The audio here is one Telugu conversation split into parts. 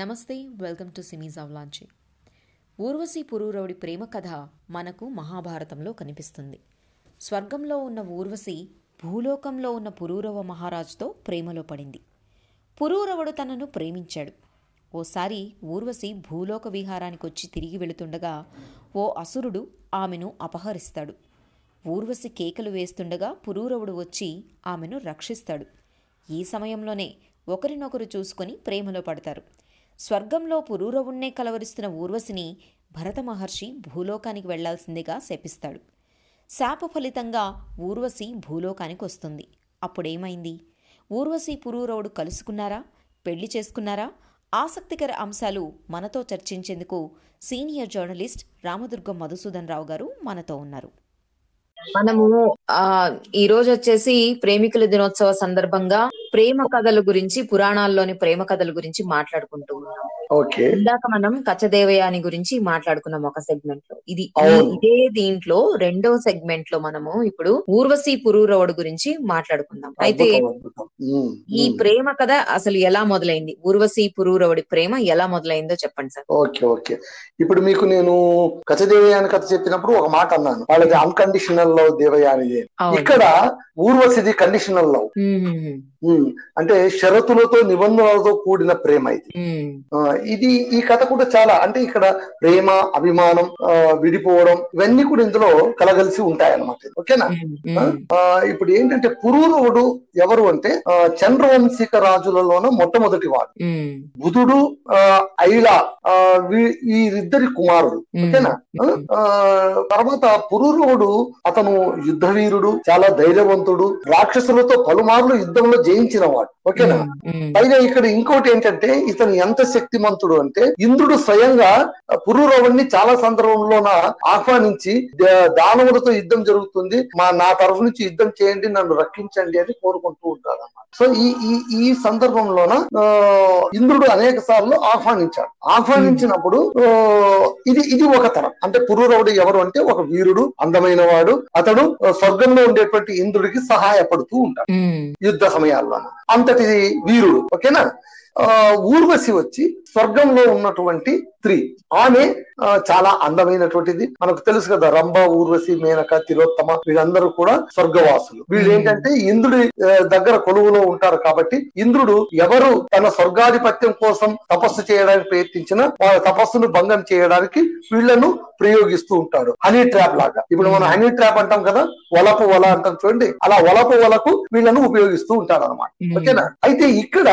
నమస్తే వెల్కమ్ టు సిమీజ్ అవలాంచి ఊర్వశి పురూరవుడి ప్రేమ కథ మనకు మహాభారతంలో కనిపిస్తుంది స్వర్గంలో ఉన్న ఊర్వశి భూలోకంలో ఉన్న పురూరవ మహారాజుతో ప్రేమలో పడింది పురూరవుడు తనను ప్రేమించాడు ఓసారి ఊర్వశి భూలోక విహారానికి వచ్చి తిరిగి వెళుతుండగా ఓ అసురుడు ఆమెను అపహరిస్తాడు ఊర్వశి కేకలు వేస్తుండగా పురూరవుడు వచ్చి ఆమెను రక్షిస్తాడు ఈ సమయంలోనే ఒకరినొకరు చూసుకొని ప్రేమలో పడతారు స్వర్గంలో పురూరవుణ్ణే కలవరిస్తున్న ఊర్వశిని భరత మహర్షి భూలోకానికి వెళ్లాల్సిందిగా శపిస్తాడు శాప ఫలితంగా ఊర్వశి భూలోకానికి వస్తుంది అప్పుడేమైంది ఊర్వశి పురూరవుడు కలుసుకున్నారా పెళ్లి చేసుకున్నారా ఆసక్తికర అంశాలు మనతో చర్చించేందుకు సీనియర్ జర్నలిస్ట్ రామదుర్గం మధుసూదన్ రావు గారు మనతో ఉన్నారు మనము ఆ ఈ రోజు వచ్చేసి ప్రేమికుల దినోత్సవ సందర్భంగా ప్రేమ కథల గురించి పురాణాల్లోని ప్రేమ కథల గురించి మాట్లాడుకుంటూ ఉన్నాం ఓకే ఇందాక మనం కచ్చదేవయాని గురించి మాట్లాడుకున్నాం ఒక సెగ్మెంట్ లో ఇది ఈ- అవును. ఇదే దీంట్లో రెండో సెగ్మెంట్ లో మనము ఇప్పుడు ఊర్వశి పురూరవుడు గురించి మాట్లాడుకుందాం అయితే అద్భుతం, అద్భుతం. ఉమ్, ఈ ఉమ్. ప్రేమ కథ అసలు ఎలా మొదలైంది ఊర్వశి పురూరవుడి ప్రేమ ఎలా మొదలైందో చెప్పండి సార్ ఓకే ఓకే ఇప్పుడు మీకు నేను కథ దేవయాని కథ చెప్పినప్పుడు ఒక మాట అన్నాను వాళ్ళది అన్కండిషనల్ లవ్ దేవయానిది అవును. ఇక్కడ ఊర్వశిది కండిషనల్ లవ్ ఉమ్, ఉమ్, అంటే షరతులతో నిబంధనలతో కూడిన ప్రేమ ఇది ఉమ్, ఆ, ఇది ఈ కథ కూడా చాలా అంటే ఇక్కడ ప్రేమ అభిమానం ఆ, విడిపోవడం ఇవన్నీ కూడా ఇందులో కలగలిసి ఉంటాయన్నమాట ఓకేనా ఉమ్, ఉమ్, ఆ, ఇప్పుడు ఏంటంటే పురూరవుడు ఎవరు అంటే ఆ, చంద్రవంశిక రాజులలోన మొట్టమొదటి వాడు ఉమ్, బుధుడు ఆ, ఐల ఆ, వీ- వీరిద్దరి కుమారుడు ఉమ్, ఓకేనా ఆ, తర్వాత పురూరవుడు అతను యుద్ధవీరుడు చాలా ధైర్యవంతుడు రాక్షసులతో పలుమార్లు యుద్ధంలో జయించిన వాడు ఓకేనా ఉమ్, పైగా ఇక్కడ ఇంకోటి ఏంటంటే ఇతను ఎంత శక్తిమంతుడు అంటే ఇంద్రుడు స్వయంగా పురూరవుణ్ణి చాలా సందర్భంలోన ఆహ్వానించి ద- దానవులతో యుద్ధం జరుగుతుంది మా నా తరఫు నుంచి యుద్ధం చేయండి నన్ను రక్షించండి అని కోరుకుంటూ ఉంటాడు అన్నమాట సో ఈ ఈ ఈ సందర్భంలోన ఆ, ఇంద్రుడు అనేక సార్లు ఆహ్వానించాడు ఆహ్వానించినప్పుడు ఆ, ఇది ఇది ఒక తరం అంటే పురూరవుడు ఎవరు అంటే ఒక వీరుడు అందమైన వాడు అతడు ఆ, స్వర్గంలో ఉండేటువంటి ఇంద్రుడికి సహాయపడుతూ ఉంటాడు ఉమ్, యుద్ధ సమయాల్లో అంతటి వీరుడు ఓకేనా ఆ, ఊర్వశి వచ్చి స్వర్గంలో ఉన్నటువంటి స్త్రీ ఆమె ఆ, చాలా అందమైనటువంటిది మనకు తెలుసు కదా రంభ ఊర్వశి మేనక తిలోత్తమ వీళ్ళందరూ కూడా స్వర్గవాసులు వీళ్ళు ఏంటంటే ఇంద్రుడి ఆ, దగ్గర కొలువులో ఉంటారు కాబట్టి ఇంద్రుడు ఎవరు తన స్వర్గాధిపత్యం కోసం తపస్సు చేయడానికి ప్రయత్నించినా వాళ్ళ తపస్సును భంగం చేయడానికి వీళ్ళను ప్రయోగిస్తూ ఉంటాడు హనీ ట్రాప్ లాగా ఇప్పుడు మనం హనీ ట్రాప్ అంటాం కదా వలపు వల అంటాం చూడండి అలా వలపు వలకు వీళ్ళను ఉపయోగిస్తూ ఉంటాడు అనమాట ఉమ్. ఓకేనా అయితే ఇక్కడ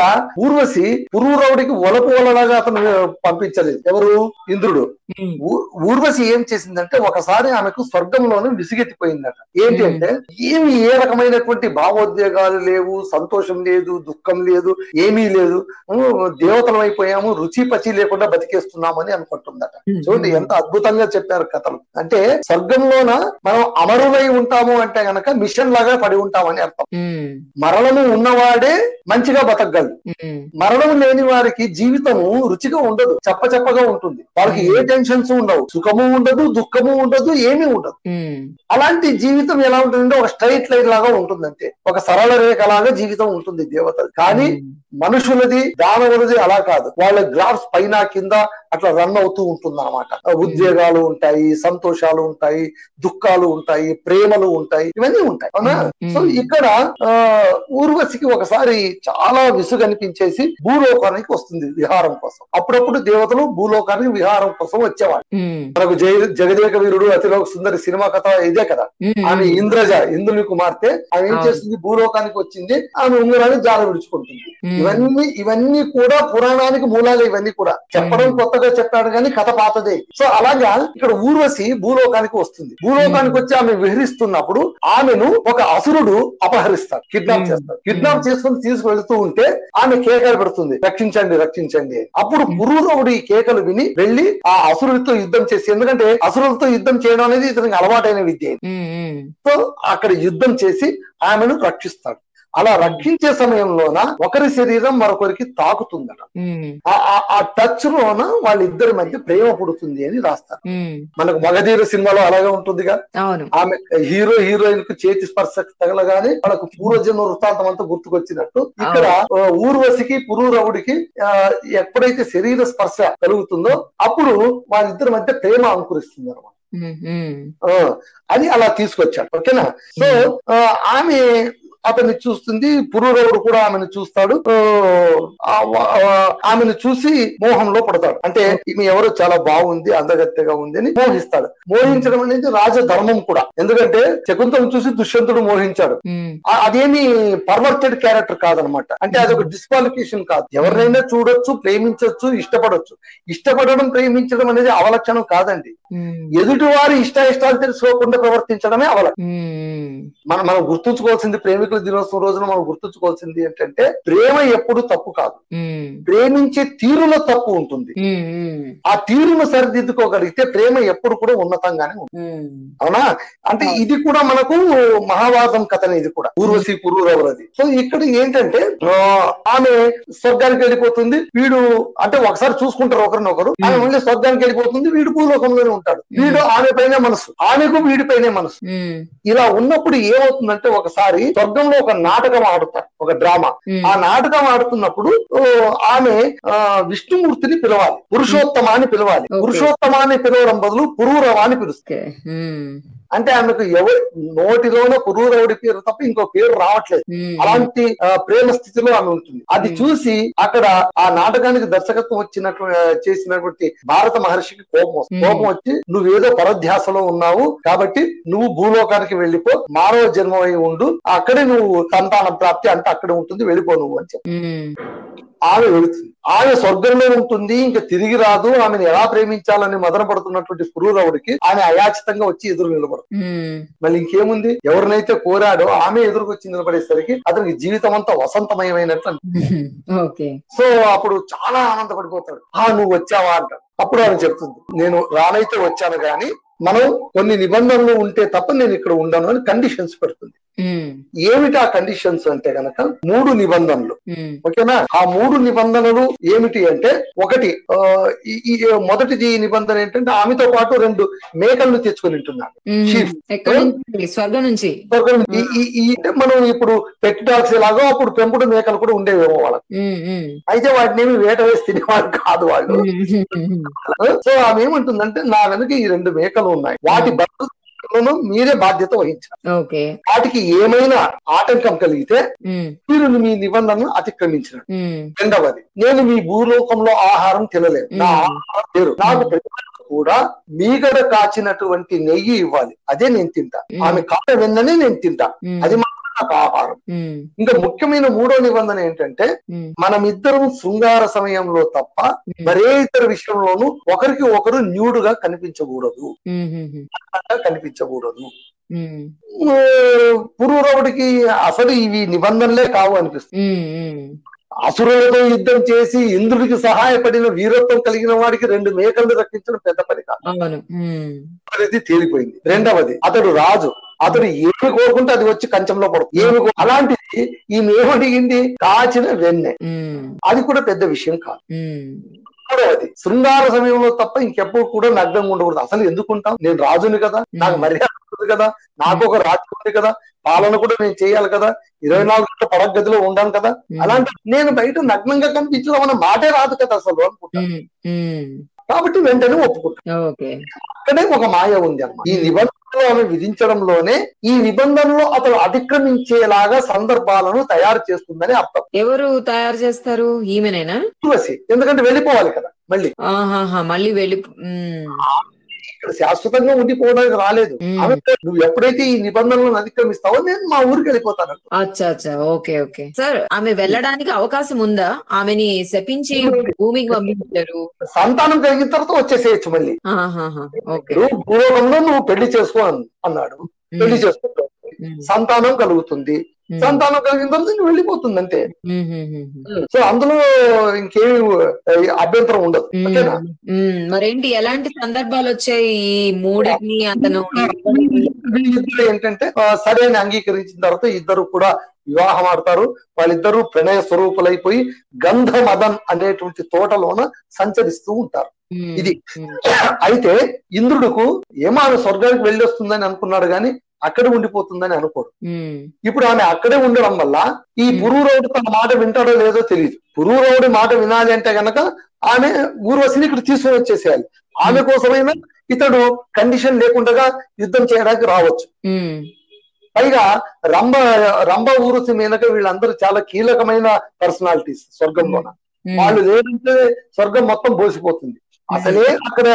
ఊర్వశి పురూరవుడికి వలపు వలలాగా అతను పంపించలేదు ఎవరు ఇంద్రుడు ఉమ్, ఊ- ఊర్వశి ఏం చేసిందంటే ఒకసారి ఆమెకు స్వర్గంలోనే విసిగెత్తిపోయిందట ఏంటి అంటే ఏమి ఏ రకమైనటువంటి భావోద్వేగాలు లేవు సంతోషం లేదు దుఃఖం లేదు ఏమీ లేదు ఊ, దేవతలం అయిపోయాము రుచి పచి లేకుండా బతికేస్తున్నామని అనుకుంటుందట ఉమ్, చూడండి ఎంత అద్భుతంగా చెప్పారు కథలు అంటే స్వర్గంలోన మనం అమరులై ఉంటాము అంటే గనక మిషన్ లాగా పడి ఉంటామని అర్థం ఉమ్, మరణము ఉన్నవాడే మంచిగా బతకగలడు ఉమ్, మరణం లేని వారికి జీవితము రుచిగా ఉండదు చప్పచప్పగా ఉంటుంది వాళ్ళకి ఏ టెన్షన్స్ ఉండవు సుఖము ఉండదు దుఃఖము ఉండదు ఏమీ ఉండదు ఉమ్, అలాంటి జీవితం ఎలా ఉంటుందంటే ఒక స్ట్రైట్ లైన్ లాగా ఉంటుందంటే ఒక సరళ రేఖ లాగా జీవితం ఉంటుంది దేవత కానీ ఉమ్. మనుషులది దానవులది అలా కాదు వాళ్ళ గ్రాఫ్స్ పైన కింద అట్లా రన్ అవుతూ ఉంటుంది అనమాట ఉద్వేగాలు ఉంటాయి సంతోషాలు ఉంటాయి దుఃఖాలు ఉంటాయి ప్రేమలు ఉంటాయి ఇవన్నీ ఉంటాయి అవునా Mm. సో ఇక్కడ ఆ, ఊర్వశికి ఒకసారి చాలా విసుగు అనిపించేసి భూలోకానికి వస్తుంది విహారం కోసం అప్పుడప్పుడు దేవతలు భూలోకానికి విహారం కోసం వచ్చేవాళ్ళు ఉమ్, మనకు జయ జగదేక వీరుడు అతిలోక సుందరి సినిమా కథ ఇదే కదా ఉమ్, ఆమె ఇంద్రజ ఇంద్రుని కుమార్తె ఆమె ఏం అవును. చేస్తుంది భూలోకానికి వచ్చింది ఆమె ఉంగరాన్ని జాల విడుచుకుంటుంది ఉమ్, ఇవన్నీ ఇవన్నీ కూడా పురాణానికి మూలాలు ఇవన్నీ కూడా చెప్పడం మ్మ్. కొత్తగా చెప్పాడు కానీ కథ పాతదే సో అలాగా ఇక్కడ ఊర్వశి భూలోకానికి వస్తుంది భూలోకానికి వచ్చి ఆమె విహరిస్తున్నప్పుడు ఆమెను ఒక అసురుడు అపహరిస్తాడు కిడ్నాప్ మ్మ్. చేస్తాడు కిడ్నాప్ మ్మ్. చేసుకుని తీసుకువెళ్తూ ఉంటే ఆమె కేకలు పెడుతుంది రక్షించండి రక్షించండి అని. అప్పుడు పురూరవుడు ఈ కేకలు విని వెళ్లి ఆ అసురుడితో యుద్ధం చేసి ఎందుకంటే అసురులతో యుద్ధం చేయడం అనేది ఇతనికి అలవాటైన విద్య ఉమ్, ఉమ్, తో అక్కడ యుద్ధం చేసి ఆమెను రక్షిస్తాడు అలా రక్షించే సమయంలోన ఒకరి శరీరం మరొకరికి తాకుతుందట ఉమ్, ఆ- ఆ- ఆ టచ్ లోన వాళ్ళిద్దరి మధ్య ప్రేమ పుడుతుంది అని రాస్తారు ఉమ్, మనకు మగధీర సినిమాలో అలాగే ఉంటుందిగా అవును ఆమె హీరో హీరోయిన్ కు చేతి స్పర్శ తగలగానే వాళ్ళకు పూర్వజన్మ వృత్తాంతం అంతా గుర్తుకొచ్చినట్టు ఇక్కడ ఆ, ఊర్వశికి పురూరవుడికి ఆ, ఎప్పుడైతే శరీర స్పర్శ కలుగుతుందో అప్పుడు వాళ్ళిద్దరి మధ్య ప్రేమ అంకురిస్తుంది అనమాట ఉమ్, ఉమ్, అని అలా తీసుకొచ్చాడు ఓకేనా సో ఆ, ఆమె అతన్ని చూస్తుంది పురూరవుడు కూడా ఆమెను చూస్తాడు ఆ, ఆ, ఆ, ఆమెను చూసి మోహంలో పడతాడు అంటే ఈమె ఎవరో చాలా బాగుంది అందగత్తెగా ఉంది అని మోహిస్తాడు మోహించడం అనేది రాజధర్మం కూడా ఎందుకంటే శకుంతలను చూసి దుష్యంతుడు మోహించాడు ఉమ్, ఆ- అదేమి పర్వర్టెడ్ క్యారెక్టర్ కాదనమాట అంటే అది ఒక డిస్క్వాలిఫికేషన్ కాదు ఎవరినైనా చూడొచ్చు ప్రేమించొచ్చు ఇష్టపడొచ్చు ఇష్టపడడం ప్రేమించడం అనేది అవలక్షణం కాదండి ఉమ్, ఎదుటి వారి ఇష్టాయిష్టాలు తెలుసుకోకుండా ప్రవర్తించడమే అవల ఉమ్, మనం మనం గుర్తుంచుకోవాల్సింది ప్రేమికుల దినోత్సవం రోజున మనం గుర్తుంచుకోవాల్సింది ఏంటంటే ప్రేమ ఎప్పుడు తప్పు కాదు ఉమ్, ప్రేమించే తీరులో తప్పు ఉంటుంది ఉమ్, ఉమ్, ఆ తీరును సరిదిద్దుకోగలిగితే ప్రేమ ఎప్పుడు కూడా ఉన్నతంగానే ఉంటుంది ఉమ్, అవునా అంటే ఇది కూడా మనకు మహాభారతం కథనే ఇది కూడా ఊర్వశి పురూరవరది సో ఇక్కడ ఏంటంటే ఆ, ఆమె స్వర్గానికి వెళ్ళిపోతుంది వీడు అంటే ఒకసారి చూసుకుంటారు ఒకరినొకరు ఆమె మళ్ళీ స్వర్గానికి వెళ్ళిపోతుంది వీడు భూలోకంలోనే ఉంటాడు వీడు ఆమె పైనే మనసు ఆమెకు వీడిపైనే మనసు ఉమ్, ఇలా ఉన్నప్పుడు ఏమవుతుందంటే ఒకసారి స్వర్గంలో ఒక నాటకం ఆడుతారు ఒక డ్రామా ఉమ్, ఆ నాటకం ఆడుతున్నప్పుడు ఓ, ఆమె ఆ, విష్ణుమూర్తిని పిలవాలి పురుషోత్తమ అని పిలవాలి Okay. పురుషోత్తమ అని పిలవడం బదులు పురూరవ అని పిలుస్తారు ఓకే, ఉమ్, అంటే ఆమెకు ఎవరి నోటిలోనో పురూరవుడి పేరు తప్ప ఇంకో పేరు రావట్లేదు ఉమ్, అలాంటి ఆ, ప్రేమ స్థితిలో ఆమె ఉంటుంది అది Hmm. చూసి అక్కడ ఆ నాటకానికి దర్శకత్వం వచ్చినట్లు ఆ, చేసినటువంటి భారత మహర్షికి కోపం వస్తుంది. Hmm. కోపం వచ్చి నువ్వేదో పరధ్యాసలో ఉన్నావు కాబట్టి నువ్వు భూలోకానికి వెళ్ళిపో మానవ జన్మ అయి ఉండు అక్కడే నువ్వు సంతాన ప్రాప్తి అంటే అక్కడ ఉంటుంది వెళ్ళిపో నువ్వు అని చెప్పి ఉమ్, ఆమె వెళుతుంది ఆమె స్వర్గంలో ఉంటుంది ఇంకా తిరిగి రాదు ఆమెను ఎలా ప్రేమించాలని మదన పడుతున్నటువంటి పురూరవుడికి ఆమె అయాచితంగా వచ్చి ఎదురు నిలబడుతుంది ఉమ్, మళ్ళీ ఇంకేముంది ఎవరినైతే కోరాడో ఆమె ఎదురుకొచ్చి నిలబడేసరికి అతనికి జీవితం అంతా వసంతమయమైనట్లు అనిపి- ఉమ్, ఓకే సో అప్పుడు చాలా ఆనందపడిపోతాడు ఆ నువ్వు వచ్చావా అంటాడు అప్పుడు ఆమె చెప్తుంది నేను రానైతే వచ్చాను గాని మనం కొన్ని నిబంధనలు ఉంటే తప్ప నేను ఇక్కడ ఉండను అని కండిషన్స్ పెడుతుంది ఉమ్, ఏమిటి ఆ కండిషన్స్ అంటే గనక మూడు నిబంధనలు ఉమ్, ఓకేనా ఆ మూడు నిబంధనలు ఏమిటి అంటే ఒకటి ఆ, ఈ- ఈ మొదటిది నిబంధన ఏంటంటే ఆమెతో పాటు రెండు మేకలను తెచ్చుకొని ఉంటున్నాడు ఉమ్, Chief. ఎక్కడి నుంచి స్వర్గం నుంచి స్వర్గం ఈ- ఈ- ఈ- అంటే మనం ఇప్పుడు పెట్ డాగ్స్ ఎలాగో అప్పుడు పెంపుడు మేకలు కూడా ఉండేవేమో వాళ్ళకి ఉమ్, ఉమ్, అయితే వాటిని ఏమి వేట వేసి తినేవాళ్ళు కాదు వాళ్ళు ఉమ్, ఉమ్, ఉమ్, సో ఆమె ఏమంటుందంటే నా వెనుక ఈ రెండు మేకలు ఉన్నాయి వాటి భద్రతను మీరే బాధ్యత వహించాలి ఓకే వాటికి ఏమైనా ఆటంకం కలిగితే ఉమ్, మీరు మీ నిబంధనను అతిక్రమించినట్టు ఉమ్, రెండవది నేను మీ భూలోకంలో ఆహారం తినలేను నా ఆహారం వేరు నాకు ప్రజలకు కూడా మీగడ కాచినటువంటి నెయ్యి ఇవ్వాలి అదే నేను తింటా ఆమె కాట వెన్ననే నేను తింటా ఉమ్, అది మాత్రం నాకు ఆహారం ఉమ్, ఇంకా ముఖ్యమైన మూడో నిబంధన ఏంటంటే ఉమ్, మనమిద్దరం శృంగార సమయంలో తప్ప మరే ఇతర విషయంలోనూ ఒకరికి ఒకరు న్యూడుగా కనిపించకూడదు ఉమ్, ఉమ్, అలా కనిపించకూడదు ఉమ్, ఊ, పురూరవుడికి అసలు ఇవి నిబంధనలే కావు అనిపిస్తుంది ఉమ్, ఉమ్, అసురులతో యుద్ధం చేసి ఇంద్రుడికి సహాయపడిన వీరత్వం కలిగిన వాడికి రెండు మేకలను రక్షించడం పెద్ద పని కాదు అవును ఉమ్, అనేది తేలిపోయింది రెండవది అతడు రాజు అతడు ఏమి కోరుకుంటే అది వచ్చి కంచంలో పడుతుంది ఏమి కో- అలాంటిది ఈమె ఏమడిగింది కాచిన వెన్నె ఉమ్, అది కూడా పెద్ద విషయం కాదు ఉమ్, మూడవది శృంగార సమయంలో తప్ప ఇంకెప్పుడు కూడా నగ్నంగా ఉండకూడదు అసలు ఎందుకుంటాం నేను రాజుని కదా నాకు మర్యాద ఉంది కదా నాకు ఒక రాజ్యం ఉంది కదా పాలన కూడా నేను చేయాలి కదా ఇరవై నాలుగు గంటల పడగతిలో ఉండాను కదా ఉమ్, అలాంటి నేను బయట నగ్నంగా కనిపించడం అన్న మాటే రాదు కదా అసలు అనుకుంటా ఉమ్, ఉమ్, కాబట్టి వెంటనే ఒప్పుకుంటా ఓకే అక్కడే ఒక మాయ ఉంది అన్నమాట ఈ నిబంధనలు ఆమె విధించడంలోనే ఈ నిబంధనలో అతను అతిక్రమించేలాగా సందర్భాలను తయారు చేస్తుందని అర్థం ఎవరు తయారు చేస్తారు ఈమెనేనా తులసి ఎందుకంటే వెళ్ళిపోవాలి కదా మళ్ళీ ఆహాహా మళ్ళీ వెళ్ళి ఉమ్, ఇక్కడ శాశ్వతంగా ఉండిపోవడానికి రాలేదు ఉమ్, ఆమె నువ్వు ఎప్పుడైతే ఈ నిబంధనలను అతిక్రమిస్తావో నేను మా ఊరికి వెళ్ళిపోతాను అచ్చా అచ్చా ఓకే ఓకే సార్ ఆమె వెళ్ళడానికి అవకాశం ఉందా ఆమెని శపించి భూమికి పంపించారు సంతానం కలిగిన తర్వాత వచ్చేసేయచ్చు మళ్ళీ ఆహాహా ఓకే నువ్వు భూలోకంలో నువ్వు పెళ్లి చేసుకో అన్- అన్నాడు పెళ్లి చేసుకుంటావు ఉమ్, సంతానం కలుగుతుంది ఉమ్, సంతానం కలిగిన తర్వాత నువ్వు వెళ్ళిపోతుంది అంతే ఉమ్, ఉమ్, ఉమ్, ఉమ్. సో అందులో ఇంకేమి ఏ, అభ్యంతరం ఉండదు మ్మ్. ఓకేనా మ్మ్. మరేంటి ఎలాంటి సందర్భాలు వచ్చాయి ఈ మూడింటిని అతను వీళ్ళిద్దరు ఏంటంటే ఆ, సరే అని అంగీకరించిన తర్వాత ఇద్దరు కూడా వివాహం ఆడతారు వాళ్ళిద్దరూ ప్రణయ స్వరూపులైపోయి గంధమదన్ అనేటువంటి తోటలోన సంచరిస్తూ ఉంటారు ఉమ్, ఇది. ఉమ్, అయితే ఇంద్రుడుకు ఏమో ఆమె స్వర్గానికి వెళ్ళొస్తుందని అనుకున్నాడు గాని అక్కడ ఉండిపోతుందని అనుకోడు ఉమ్, ఇప్పుడు ఆమె అక్కడే ఉండడం వల్ల ఈ పురూరవుడు తన మాట వింటాడో లేదో తెలియదు పురూరవుడి మాట వినాలి అంటే గనక ఆమె ఊర్వశిని ఇక్కడ తీసుకుని వచ్చేసేయాలి ఆమె కోసమైనా ఇతడు కండిషన్ లేకుండా యుద్ధం చేయడానికి రావచ్చు ఉమ్, పైగా రంభ రంభ ఊరుసి మీనక వీళ్ళందరూ చాలా కీలకమైన పర్సనాలిటీస్ స్వర్గంలోన ఉమ్, వాళ్ళు లేదంటే స్వర్గం మొత్తం బోసిపోతుంది అసలే అక్కడ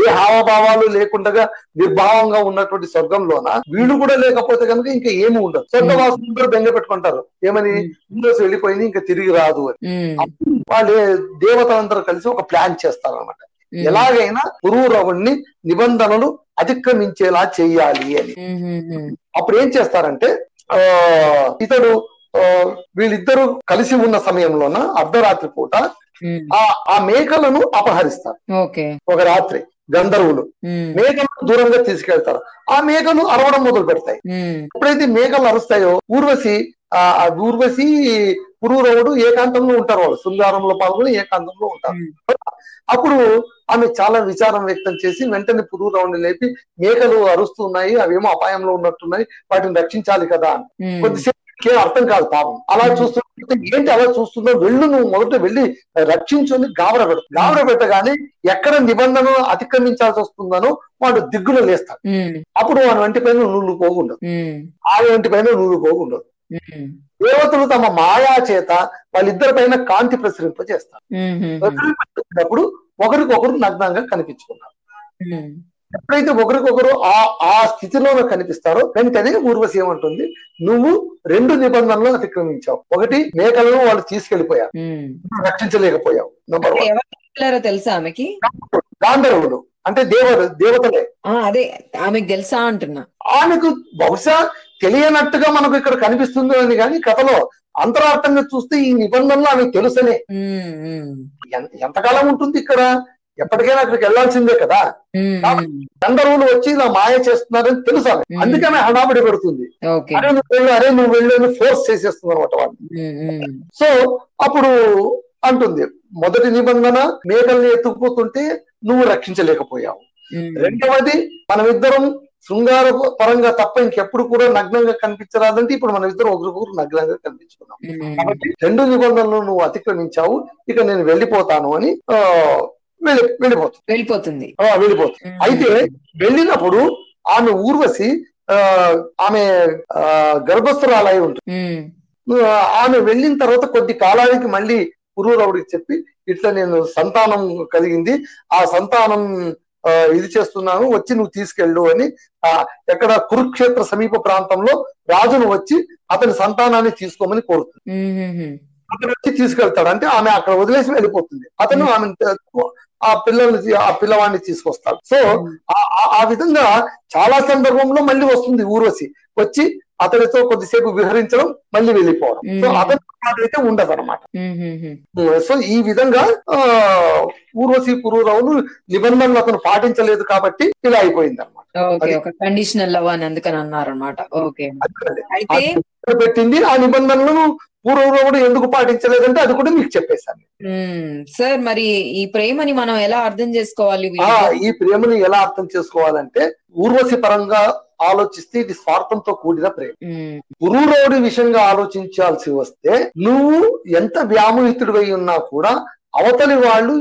ఏ హావభావాలు లేకుండా నిర్భావంగా ఉన్నటువంటి స్వర్గంలోన వీళ్ళు కూడా లేకపోతే కనుక ఇంకా ఏమి ఉండదు స్వర్గవాసులు అందరూ బెంగ పెట్టుకుంటారు ఏమని Hmm. ఇంగ్లీష్ వెళ్ళిపోయింది ఇంకా తిరిగి రాదు అని ఉమ్, వాళ్ళు దేవతలందరూ కలిసి ఒక ప్లాన్ చేస్తారనమాట ఉమ్, ఎలాగైనా పురూరవుణ్ణి నిబంధనలు అతిక్రమించేలా చేయాలి అని ఉమ్, ఉమ్, ఉమ్, అప్పుడు ఏం చేస్తారంటే ఆ ఇతడు ఆ, వీళ్ళిద్దరూ కలిసి ఉన్న సమయంలోన అర్ధరాత్రి పూట ఉమ్, ఆ ఆ మేకలను అపహరిస్తారు ఓకే ఒక రాత్రి గంధర్వులు ఉమ్, మేకలను దూరంగా తీసుకెళ్తారు ఆ మేకలు అరవడం మొదలు పెడతాయి ఉమ్, ఎప్పుడైతే మేకలు అరుస్తాయో ఊర్వశి ఆ ఆ ఊర్వశి పురూరవుడు ఏకాంతంలో ఉంటారు వాళ్ళు శృంగారంలో పాల్గొని ఏకాంతంలో ఉంటారు ఉమ్, అప్పుడు ఆమె చాలా విచారం వ్యక్తం చేసి వెంటనే పురూరవుని లేపి మేకలు అరుస్తున్నాయి అవేమో అపాయంలో ఉన్నట్టున్నాయి వాటిని రక్షించాలి కదా అని ఉమ్, కొద్దిసేపటికే అర్థం కాదు పాపం అలా Hmm. చూస్తుంటే ఏంటి అలా చూస్తున్నావు వెళ్ళు నువ్వు మొదట వెళ్ళి రక్షించుని గాబర పెట్టు గాబర పెట్టగానే ఎక్కడ నిబంధనలు అతిక్రమించాల్సి వస్తుందనో వాడు దిగ్గులు లేస్తాడు ఉమ్, అప్పుడు వాడి వంటి పైన నూలు పోగుండదు ఉమ్, ఆమె వంటి పైన నూలు పోగుండదు ఉమ్, దేవతలు తమ మాయా చేత వాళ్ళిద్దరి పైన కాంతి ప్రసరింపజేస్తారు ఉమ్, ఉమ్, ప్రసరింపజేసినప్పుడు ఒకరికొకరు నగ్నంగా కనిపించుకున్నారు ఉమ్, ఎప్పుడైతే ఒకరికొకరు ఆ ఆ స్థితిలో కనిపిస్తారో వెంటనే ఊర్వశి ఏమంటుంది నువ్వు రెండు నిబంధనలు అతిక్రమించావు ఒకటి మేకలను వాళ్ళు తీసుకెళ్లిపోయారు ఉమ్. రక్షించలేకపోయావు నంబర్ అంటే వన్ ఎవరు తీసుకెళ్లారో తెలుసా ఆమెకి గాంధర్వులు అంటే దేవరు దేవతలే ఆ, అదే ఆమెకి తెలుసా అంటున్నా ఆమెకు బహుశా తెలియనట్టుగా మనకు ఇక్కడ కనిపిస్తుంది అని కానీ కథలో అంతరార్థంగా చూస్తే ఈ నిబంధనలు ఆమెకు తెలుసనే ఉమ్, ఉమ్, ఎంత- ఎంతకాలం ఉంటుంది ఇక్కడ ఎప్పటికైనా అక్కడికి వెళ్లాల్సిందే కదా ఉమ్, ఉమ్, గంధర్వులు వచ్చి ఇలా మాయ చేస్తున్నారని తెలుసు ఆమె Hmm. అందుకనే హడాబడి పెడుతుంది ఓకే అరే నువ్వు వెళ్ళు అరే నువ్వు వెళ్ళు అని ఫోర్స్ చేసేస్తుంది అనమాట వాళ్ళు ఉమ్, ఉమ్, సో అప్పుడు అంటుంది మొదటి నిబంధన మేకల్ని ఎత్తుకుపోతుంటే నువ్వు రక్షించలేకపోయావు ఉమ్, రెండవది మనమిద్దరం శృంగార పరంగా తప్ప ఇంకెప్పుడు కూడా నగ్నంగా కనిపించరాదంటే ఇప్పుడు మనం ఇద్దరం ఒకరికొకరు నగ్నంగా కనిపించుకున్నాం ఉమ్, కాబట్టి రెండు నిబంధనలు నువ్వు అతిక్రమించావు ఇక నేను వెళ్ళిపోతాను అని ఆ, వెళ్ళి వెళ్ళిపోతుంది వెళ్ళిపోతుంది ఆ, వెళ్ళిపోతుంది ఉమ్, అయితే వెళ్ళినప్పుడు ఆమె ఊర్వశి ఆ, ఆమె ఆ, గర్భస్థురాలై ఉంటుంది ఉమ్, ఆ, ఆమె వెళ్ళిన తర్వాత కొద్ది కాలానికి మళ్ళీ పురూరవుడికి చెప్పి ఇట్లా నేను సంతానం కలిగింది ఆ సంతానం ఆ, ఇది చేస్తున్నాను వచ్చి నువ్వు తీసుకెళ్ళు అని ఆ, ఎక్కడ కురుక్షేత్ర సమీప ప్రాంతంలో రాజును వచ్చి అతని సంతానాన్ని తీసుకోమని కోరుతుంది ఉమ్, ఉమ్, ఉమ్, అతను వచ్చి తీసుకెళ్తాడు అంటే ఆమె అక్కడ వదిలేసి వెళ్ళిపోతుంది అతను ఆమె ఆ పిల్లల్ని తీ- ఆ పిల్లవాడిని తీసుకొస్తాడు సో ఉమ్, ఆ- ఆ- ఆ విధంగా చాలా సందర్భంలో మళ్ళీ వస్తుంది ఊర్వశి వచ్చి అతనితో కొద్దిసేపు విహరించడం మళ్ళీ వెళ్ళిపోవడం సో మ్మ్. అతని పాటు అయితే ఉండదు అనమాట ఉమ్, ఉమ్, ఉమ్. సో ఈ విధంగా ఆ, ఊర్వశి పురూరవులు నిబంధనలు అతను పాటించలేదు కాబట్టి ఇలా అయిపోయింది అనమాట ఓకే అది- ఒక కండిషనల్ లవ్ అని అందుకని అన్నారు అనమాట ఓకే అయితే పెట్టింది ఆ నిబంధనలను పూర్వరవుడు ఎందుకు పాటించలేదంటే అది కూడా మీకు చెప్పేశాను ఉమ్, సార్ మరి ఈ ప్రేమని మనం ఎలా అర్థం చేసుకోవాలి ఆ ఈ ప్రేమను ఎలా అర్థం చేసుకోవాలంటే ఊర్వశి పరంగా ఆలోచిస్తే ఇది స్వార్థంతో కూడిన ప్రేమ ఉమ్, పురూరవుడి విషయంగా ఆలోచించాల్సి వస్తే నువ్వు ఎంత వ్యామోహితుడివై ఉన్నా కూడా అవతలి వాళ్ళు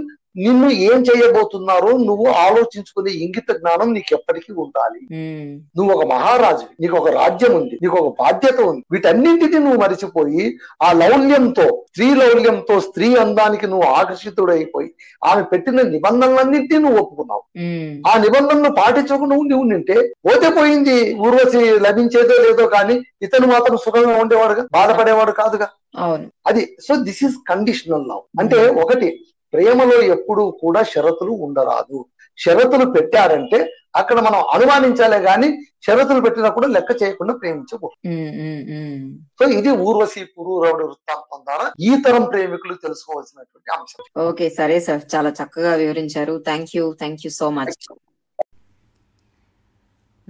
నిన్ను ఏం చేయబోతున్నారో నువ్వు ఆలోచించుకునే ఇంగిత జ్ఞానం నీకు ఎప్పటికీ ఉండాలి ఉమ్, నువ్వు ఒక మహారాజు నీకు ఒక రాజ్యం ఉంది నీకు ఒక బాధ్యత ఉంది వీటన్నింటినీ నువ్వు మరిచిపోయి ఆ లౌల్యంతో స్త్రీ లౌల్యంతో స్త్రీ అందానికి నువ్వు ఆకర్షితుడైపోయి ఆమె పెట్టిన నిబంధనలన్నింటినీ నువ్వు ఒప్పుకున్నావు ఉమ్, ఆ నిబంధనలు పాటించకుండా ఉండి ఉండింటే పోతే పోయింది ఊర్వశి లభించేదో లేదో కానీ ఇతను మాత్రం సుఖంగా ఉండేవాడుగా బాధపడేవాడు కాదుగా అవును అది so this is conditional love అంటే ఒకటి ప్రేమలో ఎప్పుడూ కూడా షరతులు ఉండరాదు షరతులు పెట్టారంటే అక్కడ మనం అనుమానించాలే గాని షరతులు పెట్టినా కూడా లెక్క చేయకుండా ప్రేమించకూడదు ఉమ్, ఉమ్, ఉమ్. సో ఇది ఊర్వశి పురూరవుడి వృత్తాంతం ద్వారా ఈ తరం ప్రేమికులు తెలుసుకోవాల్సినటువంటి అంశం ఓకే సరే సార్ చాలా చక్కగా వివరించారు thank you thank you so much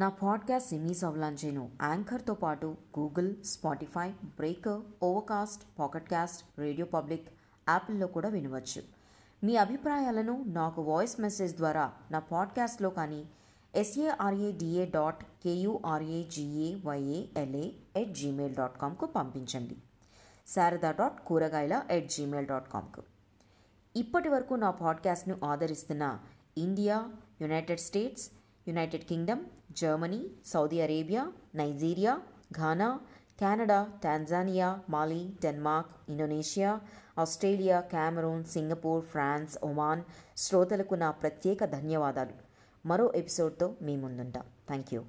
నా పాడ్కాస్ట్ సిమీస్ అవలాంచేను యాంకర్తో పాటు Google Spotify Breaker Overcast Pocket Casts radio public యాప్ల్లో కూడా వినవచ్చు మీ అభిప్రాయాలను నాకు వాయిస్ మెసేజ్ ద్వారా నా పాడ్కాస్ట్లో కానీ ఎస్ఏఆర్ఏడిఏ డాట్ కేయూఆర్ఏజిఏవైఏఎల్ఏ ఎట్ జీమెయిల్ డాట్ కామ్కు పంపించండి శారదా డాట్ కూరగాయల ఎట్ జీమెయిల్ డాట్ కామ్కు ఇప్పటి వరకు నా పాడ్కాస్ట్ను ఆదరిస్తున్న India United states United Kingdom Germany Saudi Arabia Nigeria Ghana Canada Tanzania మాలి Denmark Indonesia Australia Cameroon Singapore France Oman శ్రోతలకు నా ప్రత్యేక ధన్యవాదాలు మరో ఎపిసోడ్తో మీ ముందుంటాం థ్యాంక్ యూ